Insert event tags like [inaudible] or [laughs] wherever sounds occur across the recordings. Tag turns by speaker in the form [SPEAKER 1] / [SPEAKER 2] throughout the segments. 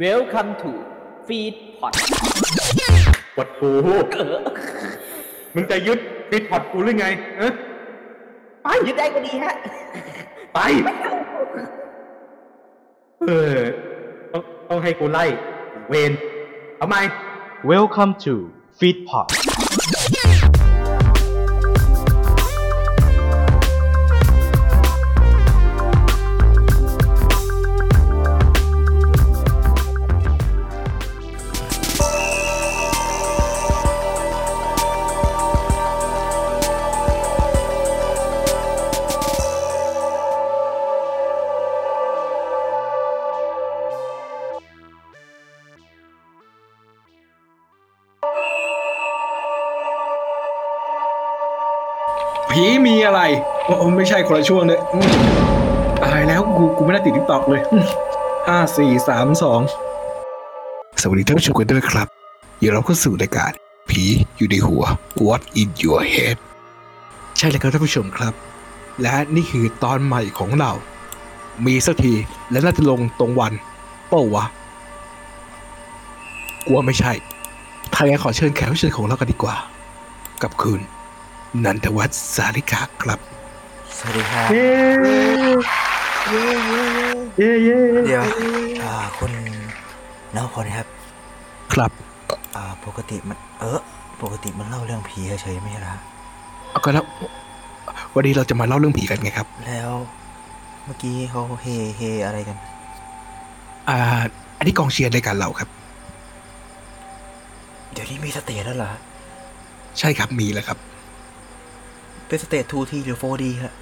[SPEAKER 1] Welcome to Feed Pod
[SPEAKER 2] ปวดกูมึงจะยึดฟิตพอดกูหรือไงเอ๊ะ
[SPEAKER 1] ไปยึดได้ก็ดีฮะ
[SPEAKER 2] ไป เออ ต้องต้องให้กูไล่ เวนทำไม
[SPEAKER 3] Welcome to Feedpot
[SPEAKER 4] ผีมีอะไรโอ้โอ้ไม่ใช่คนละช่วงเลยอืมตายแล้วกูกูไม่ได้ติดทิกตอกเลยอืมห้าสี่สามสอง
[SPEAKER 5] สวัสดีท่านผู้ชมกันด้วยครับเดี๋ยวเราเข้าสู่รายการผีอยู่ในหัว What in your head ใช่แล้วครับท่านผู้ชมครับ และนี่คือตอนใหม่ของเรา มีสักทีและน่าจะลงตรงวันเป้าวะกลัวไม่ใช่ทางไงขอเชิญแขกรับเชิญของเรากันดีกว่า กับคุณ นันทวัฒน์สาริกาครับ
[SPEAKER 6] สวัสดีครับ
[SPEAKER 2] เย้เย้เย้
[SPEAKER 6] เดี๋ยวอ่าคุณนวพลครับ
[SPEAKER 5] ครับ
[SPEAKER 6] อ่าปกติมัน เออปกติมันเล่าเรื่องผีเฉยๆไม่ใช่เหรอฮะ
[SPEAKER 5] เอาก็แล้ววันนี้เราจะมาเล่าเรื่องผีกันไงครับ
[SPEAKER 6] แล้วเมื่อกี้เขาเฮเฮอะไรกัน
[SPEAKER 5] อ่า อันนี้กองเชียร์รายการเราครับ
[SPEAKER 6] เดี๋ยวนี้มีสเตจแล้วเหรอฮะ
[SPEAKER 5] ใช่ครับมีแล้วครับ
[SPEAKER 6] เป็นสเตจ 2T หรือ 4D ฮะ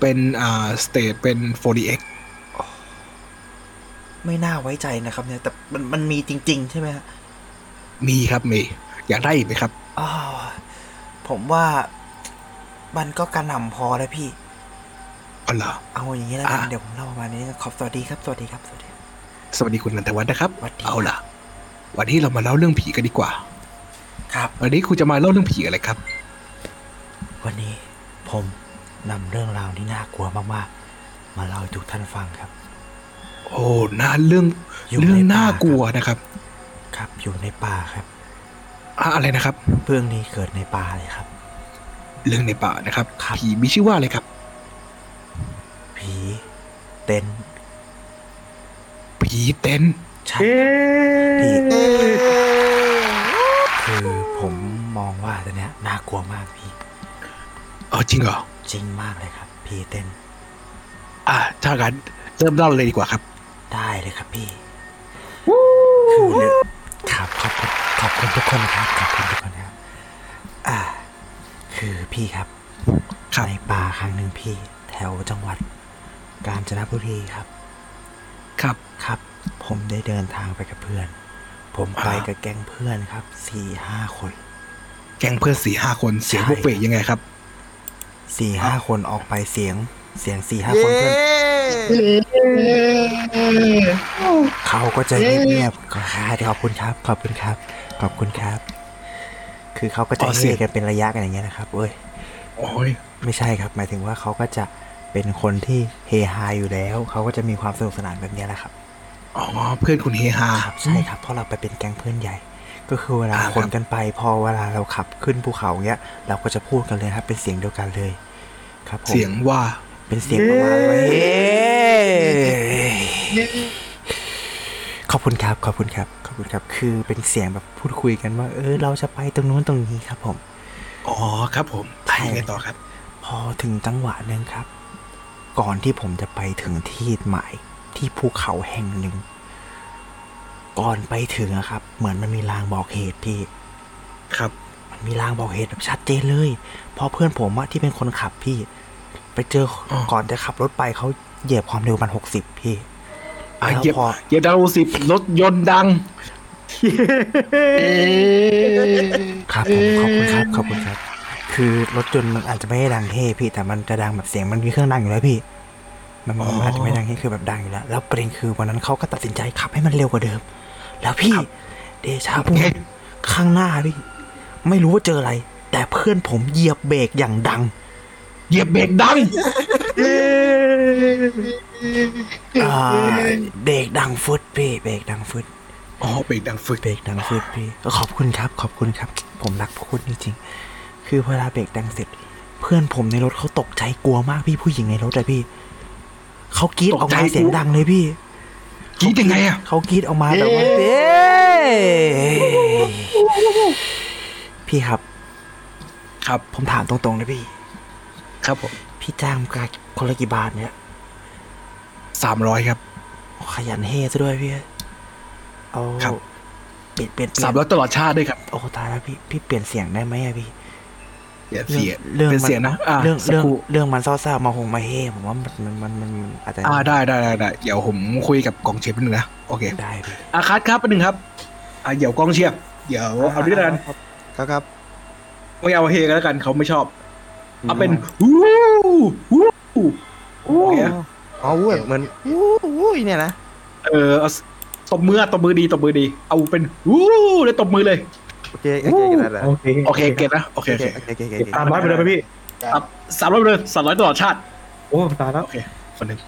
[SPEAKER 5] เป็นอ่าสเตจเป็น 4DX
[SPEAKER 6] ไม่น่าไว้ใจนะครับเนี่ยแต่มันมันมีจริง ๆ ใช่ไหมฮะ
[SPEAKER 5] มีครับมีอยากได้อีกไหมครับ
[SPEAKER 6] อ้าวผมว่ามันก็กระหน่ำพอแล้วพี่
[SPEAKER 5] อ๋อเหรอ
[SPEAKER 6] เอาอย่างนี้แล้วกัน
[SPEAKER 5] อ่ะ
[SPEAKER 6] เดี๋ยวผมเล่าประมาณนี้นะครับขอบสวัสดีครับสวัสดีครับสวัสดี
[SPEAKER 5] สวัสดีคุณนันทวัฒน์นะครับ
[SPEAKER 6] สวัสดี
[SPEAKER 5] เอาล่ะ วันนี้เรามาเล่าเรื่องผีกันดีกว่า
[SPEAKER 6] ครับ
[SPEAKER 5] วันนี้คุณจะมาเล่าเรื่องผีอะไรครับ
[SPEAKER 6] วันนี้ผมนำเรื่องราวที่น่ากลัวมากๆ มาเล่าให้ทุกท่านฟังครับ
[SPEAKER 5] โอ้น่าเรื่อง
[SPEAKER 6] อยู่ใน
[SPEAKER 5] เรื่องน่า
[SPEAKER 6] ป่า
[SPEAKER 5] ก
[SPEAKER 6] ครับ
[SPEAKER 5] ลัวนะครับ
[SPEAKER 6] ครับอยู่ในป่าครับ
[SPEAKER 5] อะอะไรนะครับ
[SPEAKER 6] เรื่องนี้เกิดในป่าเลยครับ
[SPEAKER 5] เรื่องในป่านะครับ
[SPEAKER 6] ครับ
[SPEAKER 5] ผีมีชื่อว่าอะไรครับ
[SPEAKER 6] ผีเต็นท์
[SPEAKER 5] ผีเต็นท์
[SPEAKER 6] ใช่
[SPEAKER 2] เย้
[SPEAKER 6] ผีคือผมมองว่าตัวเนี้ยน่ากลัวมากพี่
[SPEAKER 5] อ๋อจริงเหรอ
[SPEAKER 6] จริงมากเลยครับผีเต็นท์
[SPEAKER 5] อ่าถ้างั้นเริ่มเล่าเลยดีกว่าครับ
[SPEAKER 6] ได้เลยครับพี่คือเรื่องครับขอบคุณขอบคุณทุกคนครับขอบคุณทุกคนครับอ่า คือพี่ครับ
[SPEAKER 5] ครับ
[SPEAKER 6] ในป่าครั้งหนึ่งพี่ แถวจังหวัด กาญจนบุรีครับ
[SPEAKER 5] ครับ
[SPEAKER 6] ครับ ผมได้เดินทางไปกับเพื่อน ผมไป
[SPEAKER 5] อ่ากั
[SPEAKER 6] กับแก๊งเพื่อนครับสี่ห้าคน
[SPEAKER 5] แก๊งเพื่อนสี่ห้าคนเสียงบุฟเฟ่ยังไงครับ
[SPEAKER 6] สี่ห้าคนออกไปเสียงเสียงสี่ห้าคนเพื่อนเขาก็จะเงียบๆครับขอบคุณครับ ขอบคุณครับ ขอบคุณครับ คือเขาก็จะ
[SPEAKER 5] อ๋อเสี
[SPEAKER 6] เสี
[SPEAKER 5] ย
[SPEAKER 6] ย
[SPEAKER 5] ง
[SPEAKER 6] กันเป็นระยะกันอย่างเงี้ยนะครับเอ้ย
[SPEAKER 5] โอ้ย
[SPEAKER 6] ไม่ใช่ครับ หมายถึงว่าเขาก็จะเป็นคนที่เฮฮาอยู่แล้ว เขาก็จะมีความสนุกสนานแบบเนี้ยแหละครับ
[SPEAKER 5] อ๋อเพื่อนคุณเฮฮา
[SPEAKER 6] ครับใช่ครับเพราะเราไปเป็นแก๊งเพื่อนใหญ่ ก็คือเวลา
[SPEAKER 5] อ่าครับ
[SPEAKER 6] คนกันไปพอเวลาเราขับขึ้นภูเขาเงี้ย เราก็จะพูดกันเลยครับเป็นเสียงเดียวกันเลย ครับผม
[SPEAKER 5] เสียงว่า
[SPEAKER 6] เป็นเสียงประมาณว่าเฮ้ขอบคุณครับขอบคุณครับขอบคุณครับ คือเป็นเสียงแบบพูดคุยกันว่า เออเราจะไปตรงนู้นตรงนี้ครับผม
[SPEAKER 5] อ๋อครับผมไปยังไงต่อครับ
[SPEAKER 6] พอถึงจังหวะหนึ่งครับ ก่อนที่ผมจะไปถึงที่หมายที่ภูเขาแห่งหนึ่ง ก่อนไปถึงอะครับ เหมือนมันมีลางบอกเหตุพี่
[SPEAKER 5] ครับ
[SPEAKER 6] มันมีลางบอกเหตุแบบชัดเจนเลย เพราะเพื่อนผมอะที่เป็นคนขับพี่ ไปเจออ
[SPEAKER 5] อ
[SPEAKER 6] ก่อนจะขับรถไปเขาเหยียบความเร็วมันหกสิบพี่
[SPEAKER 5] อ่ะ
[SPEAKER 6] แล้ว
[SPEAKER 5] เหยียบ
[SPEAKER 6] พอ
[SPEAKER 5] เหยียบดาวสิบรถยนต์ดัง
[SPEAKER 6] ครับผมขอบคุณครับขอบคุณครับ คือรถยนต์มันอาจจะไม่ได้ดังเท่พี่ แต่มันจะดังแบบเสียงมันมีเครื่องดังอยู่แล้วพี่ มันมัน
[SPEAKER 5] อ๋อ
[SPEAKER 6] อาจจะไม่ดังเท่คือแบบดังอยู่แล้ว แล้วประเด็นคือวันนั้นเขาก็ตัดสินใจขับให้มันเร็วกว่าเดิม แล้วพี่ เดชาบุญ
[SPEAKER 5] ไง
[SPEAKER 6] ข้างหน้าพี่ ไม่รู้ว่าเจออะไร แต่เพื่อนผมเหยียบเบรกอย่างดัง
[SPEAKER 5] เหยียบเบรกดัง
[SPEAKER 6] อ่าเบรกดังฟึดพี่เบรกดังฟึด
[SPEAKER 5] อ๋อเบรกดังฟึด
[SPEAKER 6] เบรกดังฟึดพี่ก็ขอบคุณครับ ขอบคุณครับ ผมรักพวกคุณจริงๆคือเวลาเบรกดังเสร็จ เพื่อนผมในรถเขาตกใจกลัวมากพี่ผู้หญิงในรถอะพี่เขากรีดออก
[SPEAKER 5] ตก
[SPEAKER 6] มา
[SPEAKER 5] ใจ
[SPEAKER 6] เสียงดังเลยพี่
[SPEAKER 5] กรีดยังไงอ่ะ
[SPEAKER 6] เขากรีดออกมาแบบว่าเอ๊ะพี่ครับ
[SPEAKER 5] ครับ
[SPEAKER 6] ผมถามตรงๆนะพี่
[SPEAKER 5] ครับผม
[SPEAKER 6] พี่จ้างกาคนละกี่บาทเนี่ย
[SPEAKER 5] สามร้อยครับ
[SPEAKER 6] ขยันเฮซะด้วยพี่เอา
[SPEAKER 5] ครับ
[SPEAKER 6] เปลี่ยนเปลี่ยนเปลี่
[SPEAKER 5] สาย ม
[SPEAKER 6] น
[SPEAKER 5] ร้อยตลอดชาติด้วยครับ
[SPEAKER 6] โอ้ตายแล้วพี่พี่เปลี่ยนเสียงได้ไหมอะพี่
[SPEAKER 5] อย่าเสีย
[SPEAKER 6] เรื่อง
[SPEAKER 5] เป็นเสียงนะอ่า
[SPEAKER 6] เรื่อง
[SPEAKER 5] สัก
[SPEAKER 6] เรื่อง
[SPEAKER 5] ครู่
[SPEAKER 6] เรื่องมันเศร้าๆมาหงมาเฮผมว่ามันมันมันมันอาจจะ
[SPEAKER 5] อ่าได้ได้ได้ได้เดี๋ยวผมคุยกับกองเชียร์แป๊บนึงนะโอเค
[SPEAKER 6] ได้พี่
[SPEAKER 5] อาคัดครับแป๊บนึงครับอ่าเดี๋ยวกองเชียร์เดี๋ยวเอาด้วยกัน
[SPEAKER 7] ครับครับ
[SPEAKER 5] ไม่เอาเฮกันแล้วกันเขาไม่ชอบเอาเป็นฮู้ฮู้ฮู้อย่างเงี้ย
[SPEAKER 7] อ๋ออู้แบบเหมือนอู้อู้เนี่ยนะ
[SPEAKER 5] เออเอาตบมือตบมือดีตบมือดี เอาเป็นฮู้แล้วตบมือเลย
[SPEAKER 7] โอเคโอเคได้ได้
[SPEAKER 4] โอเค
[SPEAKER 5] โอเคเก็ตนะโอเค
[SPEAKER 7] โอ
[SPEAKER 5] โอ
[SPEAKER 7] เค
[SPEAKER 5] เค
[SPEAKER 7] โอเคโอเคโอเค
[SPEAKER 4] สามร้อยไปเลยไหมพี่
[SPEAKER 5] สามร้อยไปเลยสามร้อยตลอดชาติ
[SPEAKER 4] โอ้ตายแล้ว
[SPEAKER 5] คนหนึ่ง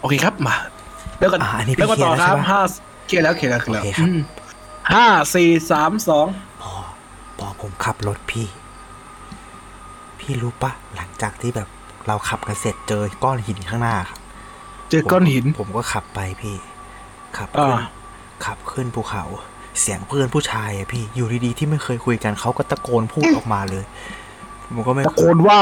[SPEAKER 5] โอเคครับมาเริ่มกัน
[SPEAKER 6] อ่าอันนี้
[SPEAKER 5] เริ่ม
[SPEAKER 6] พี่
[SPEAKER 5] กัน
[SPEAKER 6] เคลี
[SPEAKER 5] ต่
[SPEAKER 6] ย
[SPEAKER 5] อ
[SPEAKER 6] ร์แล้ว
[SPEAKER 5] ครับ
[SPEAKER 6] ใช่ปะ
[SPEAKER 5] ห้าเคลียร์แล้วเคลียร์แล้วเคลียร์แล้ว
[SPEAKER 6] โอเคครับ
[SPEAKER 5] อืมห้าสี่สามสอง
[SPEAKER 6] พอพอผมขับรถพี่ พี่รู้ปะหลังจากที่แบบเราขับกันเสร็จเจอก้อนหินข้างหน้าครับ
[SPEAKER 5] เจอก้อนหิน
[SPEAKER 6] ผมผมก็ขับไปพี่ ขับขึ้น
[SPEAKER 5] อ่า
[SPEAKER 6] ขับขึ้นภูเขา เสียงเพื่อนผู้ชายอะพี่ อยู่ดีๆที่ไม่เคยคุยกันเขาก็ตะโกนพูดออกมาเลยผมก็ไม่
[SPEAKER 5] ตะโกนว่า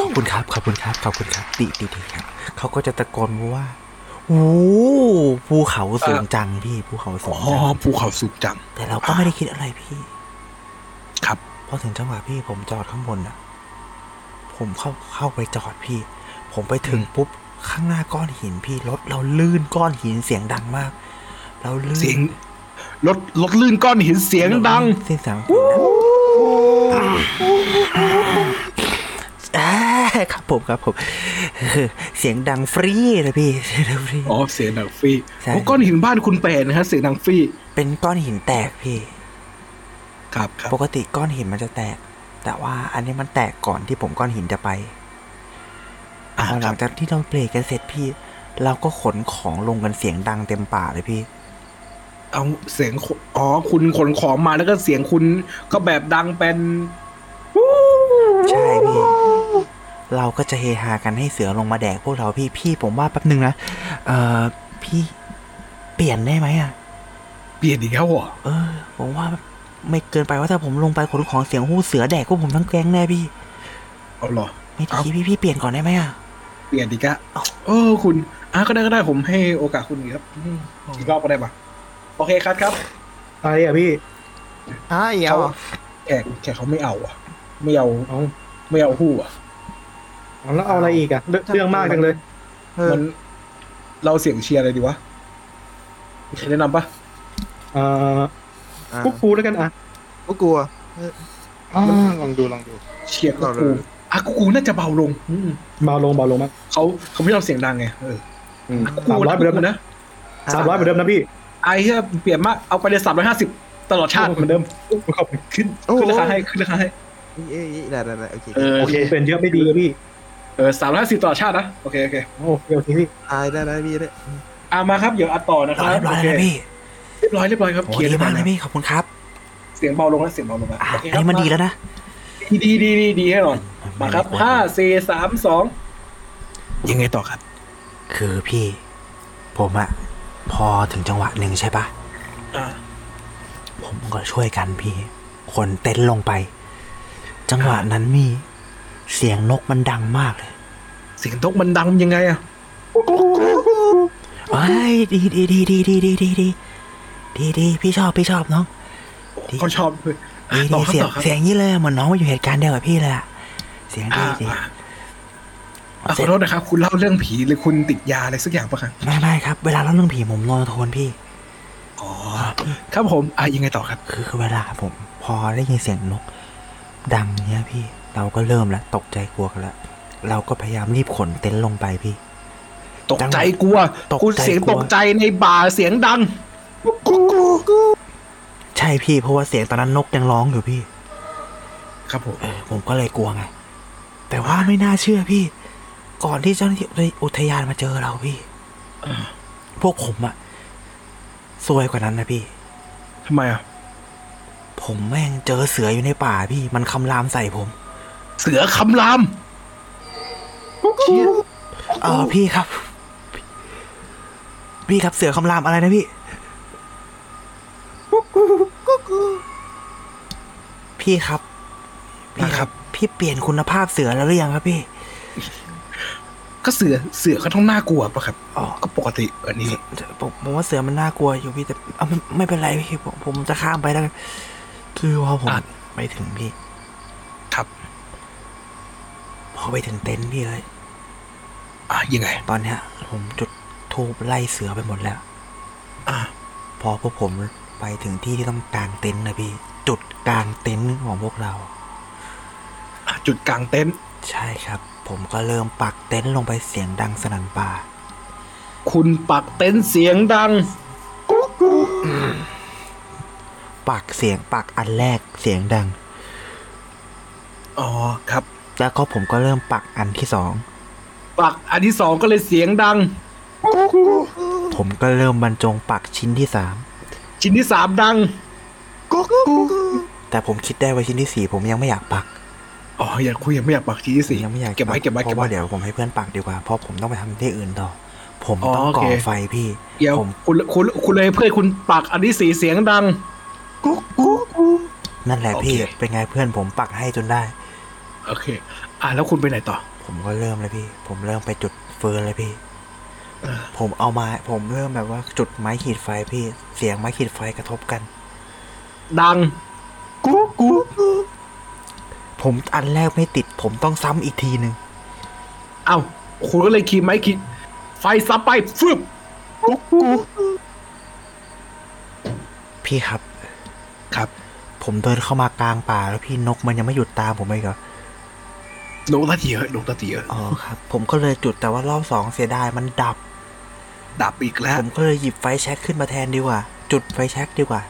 [SPEAKER 6] ขอบคุณครับ ขอบคุณครับ ขอบคุณครับดีดีดีครับ เขาก็จะตะโกนมาว่าโอ้ภูเขาสูงจังพี่ ภูเขาสู
[SPEAKER 5] อ๋อง
[SPEAKER 6] จัง
[SPEAKER 5] ภูเขาสูงจัง
[SPEAKER 6] แต่เราก็ไม่ได้คิดอะไรพี่
[SPEAKER 5] ครับ
[SPEAKER 6] พอถึงจังหวะพี่ผมจอดข้างบนอ่ะ ผมเข้าเข้าไปจอดพี่ ผมไปถึงปุ๊บข้างหน้าก้อนหินพี่รถเราลื่นก้อนหินเสียงดังมาก เราลื่น
[SPEAKER 5] เสียงรถรถลื่นก้อนหินเสียงดัง
[SPEAKER 6] เสียงดังอ่าครับผมครับผมเสียงดังฟรีเลยพี่ [laughs] เสียงดังฟรี
[SPEAKER 5] อ๋อเสียงดังฟรี
[SPEAKER 6] ใช่
[SPEAKER 5] โอ้ก้อนหินบ้านคุณแปลนะฮะเสียงดังฟรี
[SPEAKER 6] เป็นก้อนหินแตกพี่
[SPEAKER 5] ครับครับ
[SPEAKER 6] ปกติก้อนหินมันจะแตก แต่ว่าอันนี้มันแตกก่อนที่ผมก้อนหินจะไป
[SPEAKER 5] อ่า
[SPEAKER 6] พอ
[SPEAKER 5] ค
[SPEAKER 6] ห
[SPEAKER 5] รั
[SPEAKER 6] ลั
[SPEAKER 5] บ
[SPEAKER 6] งจากที่เราเบรกกันเสร็จพี่ เราก็ขนของลงกันเสียงดังเต็มป่าเลยพี่
[SPEAKER 5] เอาเสียงอ๋อคุณขนของมาแล้วก็เสียงคุณก็แบบดังเป็น
[SPEAKER 6] ใช่พี่ เราก็จะเฮฮากันให้เสือลงมาแดกพวกเราพี่พี่ผมว่าแป๊บนึงนะ เอ่อพี่เปลี่ยนได้ไหมอ่ะ
[SPEAKER 5] เปลี่ยนอีกแล้วเหรอ
[SPEAKER 6] เออ ผมว่าไม่เกินไปว่าถ้าผมลงไปขนของเสียงหู้เสือแดกพวกผมทั้งแก๊งแน่พี่
[SPEAKER 5] เอาเหรอ
[SPEAKER 6] ไม่
[SPEAKER 5] เอ้า
[SPEAKER 6] ดีพี่พี่เปลี่ยนก่อนได้ไหมอ่ะ
[SPEAKER 5] เปลี่ยนอีกอะ
[SPEAKER 6] เอ้า
[SPEAKER 5] โอ้คุณอ่ะก็ได้ก็ได้ผมให้โอกาสคุณอีกครับอืมอีกรอบก็ได้ปะโอเคครับครับ
[SPEAKER 4] อะไรอ่ะพี่
[SPEAKER 7] อ่าอีกแล้วเหรอ
[SPEAKER 5] แขกแขกเขาไม่เอาอ่ะ ไม่เอาไม่เอาหู้อ่ะ
[SPEAKER 4] เอาแล้วเอาอะไรอีกอ่ะเรื่องเรื่องมากจังเลย
[SPEAKER 7] เออ
[SPEAKER 5] มัน เราเสียงเชียร์อะไรดีวะมีใครแนะนำปะ
[SPEAKER 4] เอ่อ
[SPEAKER 7] อ่ะ
[SPEAKER 4] กุ๊กกูแล้วกันอ่ะ
[SPEAKER 7] ก็กลัว
[SPEAKER 8] ลองดูลองดู
[SPEAKER 5] เชียร์กู
[SPEAKER 7] เราเล
[SPEAKER 5] กู
[SPEAKER 7] ย
[SPEAKER 5] อ่ะกูกูน่าจะเบาลง อืม
[SPEAKER 4] เบาลงเบาลงมาก
[SPEAKER 5] เขาเขาไม่ยอมเสียงดังไงเออ
[SPEAKER 8] อืม
[SPEAKER 5] อ่ะกูกู
[SPEAKER 4] สามร้อยเหมือนเดิม
[SPEAKER 5] กู
[SPEAKER 4] นะสามร้อยเหมือนเดิมนะพี่
[SPEAKER 5] ไอ้เหี้ยเปลี่ยนมากเอาไปเลยสามร้อยห้าสิบตลอดชาติเหมือนเดิม
[SPEAKER 4] ขอบคุณ
[SPEAKER 5] ขึ้น
[SPEAKER 7] โอ้โห
[SPEAKER 5] ขึ้นราคาให้ขึ้นราคาให้
[SPEAKER 7] เอ้ยเอ้ยได้ได้ได้โอเค
[SPEAKER 5] เออ
[SPEAKER 3] Uh,
[SPEAKER 4] โอเคเป็นเยอะไม่ดีพี่
[SPEAKER 5] เออสามร้อยห้าสิบตลอดชาตินะโอเคโอเค
[SPEAKER 4] โอเคโอเคพี่
[SPEAKER 7] อ่าได้ได้พี่ได้
[SPEAKER 5] อ่ะมาครับเดี๋ยวอัดต่อนะค
[SPEAKER 6] เรา
[SPEAKER 5] รับ
[SPEAKER 6] เรียบร้อยแล้ว
[SPEAKER 5] โคเรียบร้อยเรียบ
[SPEAKER 6] นะพี่
[SPEAKER 5] ร้อยครับ
[SPEAKER 6] โอ้
[SPEAKER 5] เคลียร์
[SPEAKER 6] ดี
[SPEAKER 5] เรียบร้
[SPEAKER 6] มา
[SPEAKER 5] อก ย
[SPEAKER 6] นะ
[SPEAKER 5] นะ
[SPEAKER 6] พี่ขอบคุณครับ
[SPEAKER 5] เสียงเบาลงแล้วเสียงเบาลงแล้ว
[SPEAKER 6] อ่ะ
[SPEAKER 5] โอเคค
[SPEAKER 6] อัน
[SPEAKER 5] รับ
[SPEAKER 6] นี้มันดีแล้วนะ
[SPEAKER 5] ดีดีดีดีดีแน่นอนมาครับห้าสี่สามสอง ยังไงต่อครับ
[SPEAKER 6] คือพี่ ผมอะพอถึงจังหวะหนึ่งใช่ปะ
[SPEAKER 5] อ่า
[SPEAKER 6] ผมก็ช่วยกันพี่ คนเต้นลงไป จังหวะนั้นมี เสียงนกมันดังมากเลย
[SPEAKER 5] เสียงตกมันดังยังไงอ่ะ
[SPEAKER 6] เอ้ยดีดีดีดีดีดีดีดีดีดีพี่ชอบพี่ชอบน้อง ดี
[SPEAKER 5] เขาชอบเลยอ่ะ
[SPEAKER 6] ดี
[SPEAKER 5] ต่อครับ
[SPEAKER 6] ดีเสียง
[SPEAKER 5] ต่อครับ
[SPEAKER 6] เสียงอย่างนี้เลยเหมือนน้องมาอยู่เหตุการณ์เดียวกับพี่เลยอะเสียง
[SPEAKER 5] อ่า
[SPEAKER 6] ดีดี
[SPEAKER 5] อ่ะอ่ะขอโทษนะครับ คุณเล่าเรื่องผีหรือคุณติดยาอะไรสักอย่างปะครับ
[SPEAKER 6] ไม่ไม่ครับ เวลาเล่าเรื่องผีผมนอนโทนพี่
[SPEAKER 5] อ๋อครับผมอ่ะยังไงต่อครับ
[SPEAKER 6] คือคือเวลาผมพอได้ยินเสียงนก ดังเนี้ยพี่ เราก็เริ่มแล้วตกใจกลัวกันแล้วเราก็พยายามรีบขนเต็นท์ลงไปพี่
[SPEAKER 5] ตกใจกลัว
[SPEAKER 6] ตกใจ
[SPEAKER 5] คุณเสียง
[SPEAKER 6] กลัว
[SPEAKER 5] ตกใจในบ่าเสียงดัง
[SPEAKER 6] ใช่พี่เพราะว่าเสียงตอนนั้นนกยังร้องอยู่พี่
[SPEAKER 4] ครับผม
[SPEAKER 6] เออผมก็เลยกลัวไง แต่ว่าไม่น่าเชื่อพี่ ก่อนที่เจ้าหน้าที่อุทยานมาเจอเราพี่พวกผมอะซวยกว่านั้นนะพี่
[SPEAKER 4] ทำไมอ่ะ
[SPEAKER 6] ผมแม่งเจอเสืออยู่ในป่าพี่ มันคำรามใส่ผม
[SPEAKER 5] เสือคำราม
[SPEAKER 6] เออพี่ครับ พี่ครับเสือคำรามอะไรนะพี่พี่ครับ พี่ครับ พี่เปลี่ยนคุณภาพเสือแล้วหรือยังครับพี่
[SPEAKER 5] ก็เสือเสือก็ต้องน่ากลัวปะครับ
[SPEAKER 6] อ๋อ
[SPEAKER 5] ก็ปกติอันนี้
[SPEAKER 6] ผมผมว่าเสือมันน่ากลัวอยู่พี่แต่เอาไม่ไม่เป็นไรพี่ผมผมจะข้ามไปแล้วกันคือพอผม
[SPEAKER 5] อ่ะ
[SPEAKER 6] ไปถึงพี่
[SPEAKER 5] ครับ
[SPEAKER 6] พอไปถึงเต็นท์พี่เลย
[SPEAKER 5] อ่ะยังไง
[SPEAKER 6] ตอนเนี้ยผมจุดธูปไล่เสือไปหมดแล้ว
[SPEAKER 5] อ่ะ
[SPEAKER 6] พอพวกผมไปถึงที่ที่ต้องกางเต็นท์นะพี่ จุดกางเต็นท์ของพวกเรา
[SPEAKER 5] อ่ะจุดกลางเต็นท์
[SPEAKER 6] ใช่ครับ ผมก็เริ่มปักเต็นท์ลงไปเสียงดังสนั่นป่า
[SPEAKER 5] คุณปักเต็นท์เสียงดัง
[SPEAKER 6] ปักเสียงปักอันแรกเสียงดัง
[SPEAKER 5] อ๋อครับ
[SPEAKER 6] แล้วก็ผมก็เริ่มปักอันที่สอง
[SPEAKER 5] ปักอันที่สองก็เลยเสียงดัง
[SPEAKER 6] ผมก็เริ่มบรรจงปักชิ้นที่สาม
[SPEAKER 5] ชิ้นที่สามดัง
[SPEAKER 6] แต่ผมคิดได้ว่าชิ้นที่สี่ผมยังไม่อยากปัก
[SPEAKER 5] อ๋ออยากคุยยังไม่อยากปักชิ้นที่สี่
[SPEAKER 6] ยังไม่อยาก
[SPEAKER 5] เก็บไว้
[SPEAKER 6] ปั
[SPEAKER 5] เก็บไว้
[SPEAKER 6] เพ
[SPEAKER 5] เก็บไว้
[SPEAKER 6] ราะว่าเดี๋ยวผมให้เพื่อนปักดีกว่า เพราะผมต้องไปทำที่อื่นต่อ ผม
[SPEAKER 5] อ๋อ
[SPEAKER 6] ต้อง
[SPEAKER 5] โอ
[SPEAKER 6] ก่
[SPEAKER 5] เค
[SPEAKER 6] อไฟพี่
[SPEAKER 5] เดี๋ยว
[SPEAKER 6] ผม
[SPEAKER 5] คุณคุณคุณเลยให้เพื่อนคุณปักอันที่สี่เสียงดัง
[SPEAKER 6] นั่นแหละ
[SPEAKER 5] โอเค
[SPEAKER 6] พี่เป็นไงเพื่อนผมปักให้จนได้
[SPEAKER 5] โอเค อ่ะแล้วคุณไปไหนต่อ
[SPEAKER 6] ผมก็เริ่มเลยพี่ ผมเริ่มไปจุดเฟืนเลยพี่ ผมเอาไม้ผมเริ่มแบบว่าจุดไม้ขีดไฟพี่ เสียงไม้ขีดไฟกระทบกัน
[SPEAKER 5] ดัง
[SPEAKER 6] ผมอันแรกไม่ติด ผมต้องซ้ำอีกทีหนึ่ง
[SPEAKER 5] เอ้าคุณก็เลยขี่ไม้ขีดไฟซับไปฟึบ
[SPEAKER 6] พี่ครับ
[SPEAKER 5] ครับ
[SPEAKER 6] ผมเดินเข้ามากลางป่าแล้วพี่นกมันยังไม่หยุดตามผมเลยเหรอ
[SPEAKER 5] นกตาเตียนกตาเตีย
[SPEAKER 6] อ๋อครับ ผมก็เลยจุดแต่ว่ารอบสองเสียดายมันดับ
[SPEAKER 5] ดับอีกแล้ว
[SPEAKER 6] ผมก็เลยหยิบไฟแช็กขึ้นมาแทนดีกว่า จุดไฟแช็กดีกว่า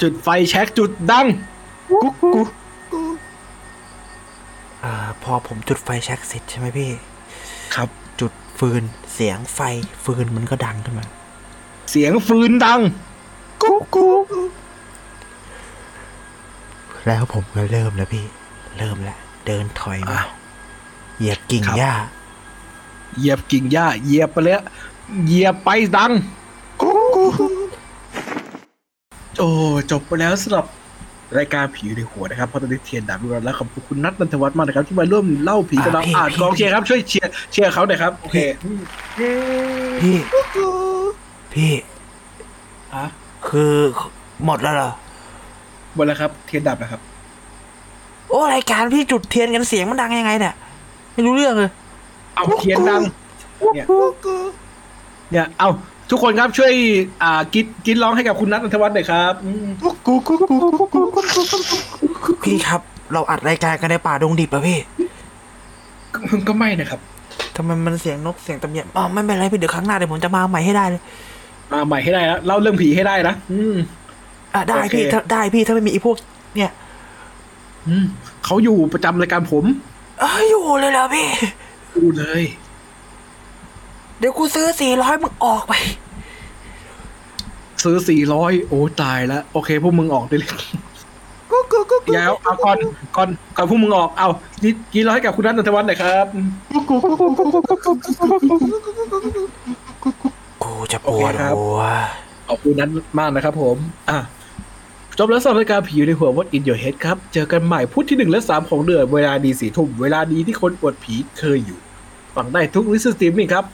[SPEAKER 5] จุดไฟแช็กจุดดัง
[SPEAKER 6] อ่า พอผมจุดไฟแช็กเสร็จใช่ไหมพี่
[SPEAKER 5] ครับ
[SPEAKER 6] จุดฟืนเสียงไฟฟืนมันก็ดังขึ้นมา
[SPEAKER 5] เสียงฟืนดัง
[SPEAKER 6] แล้วผมก็เริ่มแล้วพี่ เริ่มแล้วเดินถอยมา
[SPEAKER 5] อ่ะ
[SPEAKER 6] เหยียบกิ่ง
[SPEAKER 5] ครับ
[SPEAKER 6] หญ้า
[SPEAKER 5] เหยียบกิ่งหญ้าเหยียบไปแล้วเหยียบไปดังโอ้จบไปแล้วสำหรับรายการผีอยู่ในหัวนะครับเพราะตอนนี้เทียนดับไปแล้วและขอบคุณคุณนัทนันทวัฒน์มากนะครับที่มาร่วมเล่าผีกับเรา
[SPEAKER 6] อ่ะพี่
[SPEAKER 5] อ่าน
[SPEAKER 6] พี่
[SPEAKER 5] กองเชียร์ครับช่วยเชียร์เชียร์เขาหน่อยครับโอเค
[SPEAKER 6] พี่ พี่
[SPEAKER 5] ฮะ
[SPEAKER 6] คือหมดแล้วเหรอ
[SPEAKER 5] หมดแล้วครับเทียนดับนะครับ
[SPEAKER 6] โอ้รายการพี่จุดเทียนกันเสียงมันดังยังไงเนี่ยไม่รู้เรื่องเลย
[SPEAKER 5] เอาเทียนดังเนี่ยเนี่ยเอาทุกคนครับช่วยอ่ากินกินร้องให้กับคุณนัทนันทวัฒน์หน่อยครับอืม
[SPEAKER 6] พี่ครับ เราอัดรายการกันในป่าดงดิบอะพี่
[SPEAKER 5] ก็ไม่นะครับ
[SPEAKER 6] ทำไมมันเสียงนกเสียงตำเนียบอ๋อไม่เป็นไรพี่เดี๋ยวครั้งหน้าเดี๋ยวผมจะมาใหม่ให้ได้เลย
[SPEAKER 5] มาใหม่ให้ได้นะเล่าเรื่องผีให้ได้นะอืม
[SPEAKER 6] อ่ะได้
[SPEAKER 5] โอเค
[SPEAKER 6] พี่ถ้าได้พี่ถ้าไม่มีไอ้พวก เนี่ย
[SPEAKER 5] อืมเขาอยู่ประจำรายการผม
[SPEAKER 6] เอ้ยอยู่เลยเหรอพี่
[SPEAKER 5] ดูเลย
[SPEAKER 6] เดี๋ยวกูซื้อสี่ร้อยมึงออกไป
[SPEAKER 5] ซื้อสี่ร้อยโอ้ตายแล้วโอเคพวกมึงออกได้เลยแล้วเอาก่อนก่อนก่อนพวกมึงออกเอากี่กี่ร้อยกับคุณนัทนันทวัฒน์หน่อยครับ
[SPEAKER 6] กูจะปวด
[SPEAKER 5] โอเคครับ
[SPEAKER 6] หัว
[SPEAKER 5] ขอบคุณนัทมากนะครับผม อ่ะจบแล้วสำหรับรายการผีอยู่ในหัววัดอิน o u เฮดครับ เจอกันใหม่พุธที่หนึ่งและสามของเดือนเวลาดีสี่ทุ่มเวลาดีที่คนปวดผีเคยอยู่ ฟังได้ทุกลิสต์สตรีมมิ่งครับ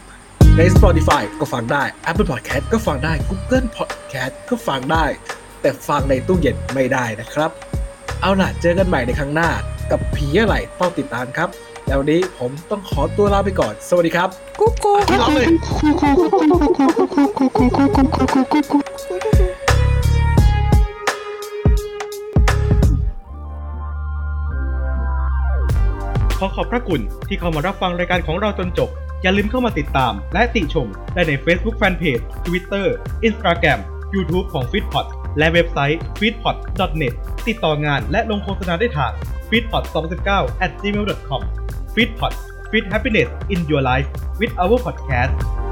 [SPEAKER 5] ใน Spotify ก็ฟังได้ Apple Podcast ก็ฟังได้ Google Podcast ก็ฟังได้ แต่ฟังในตู้เย็นไม่ได้นะครับ เอาล่ะเจอกันใหม่ในครั้งหน้า กับผีอะไรต้องติดตามครับ แล้ววันนี้ผมต้องขอตัวลาไปก่อน สวัสดีครับ
[SPEAKER 6] กูกู
[SPEAKER 5] พี่ร้องเลย
[SPEAKER 3] ขอขอบพระคุณที่เข้ามารับฟังรายการของเราจนจบ อย่าลืมเข้ามาติดตาม และติชมได้ใน Facebook Fanpage Twitter Instagram YouTube ของ f i t p o t และเว็บไซต์ f e e d p o t n e t ติดต่องานและลงโฆษณาได้ทาง f e e d p o t 2 9 at gmail.com f e e d p o t f e e d happiness in your life with our podcast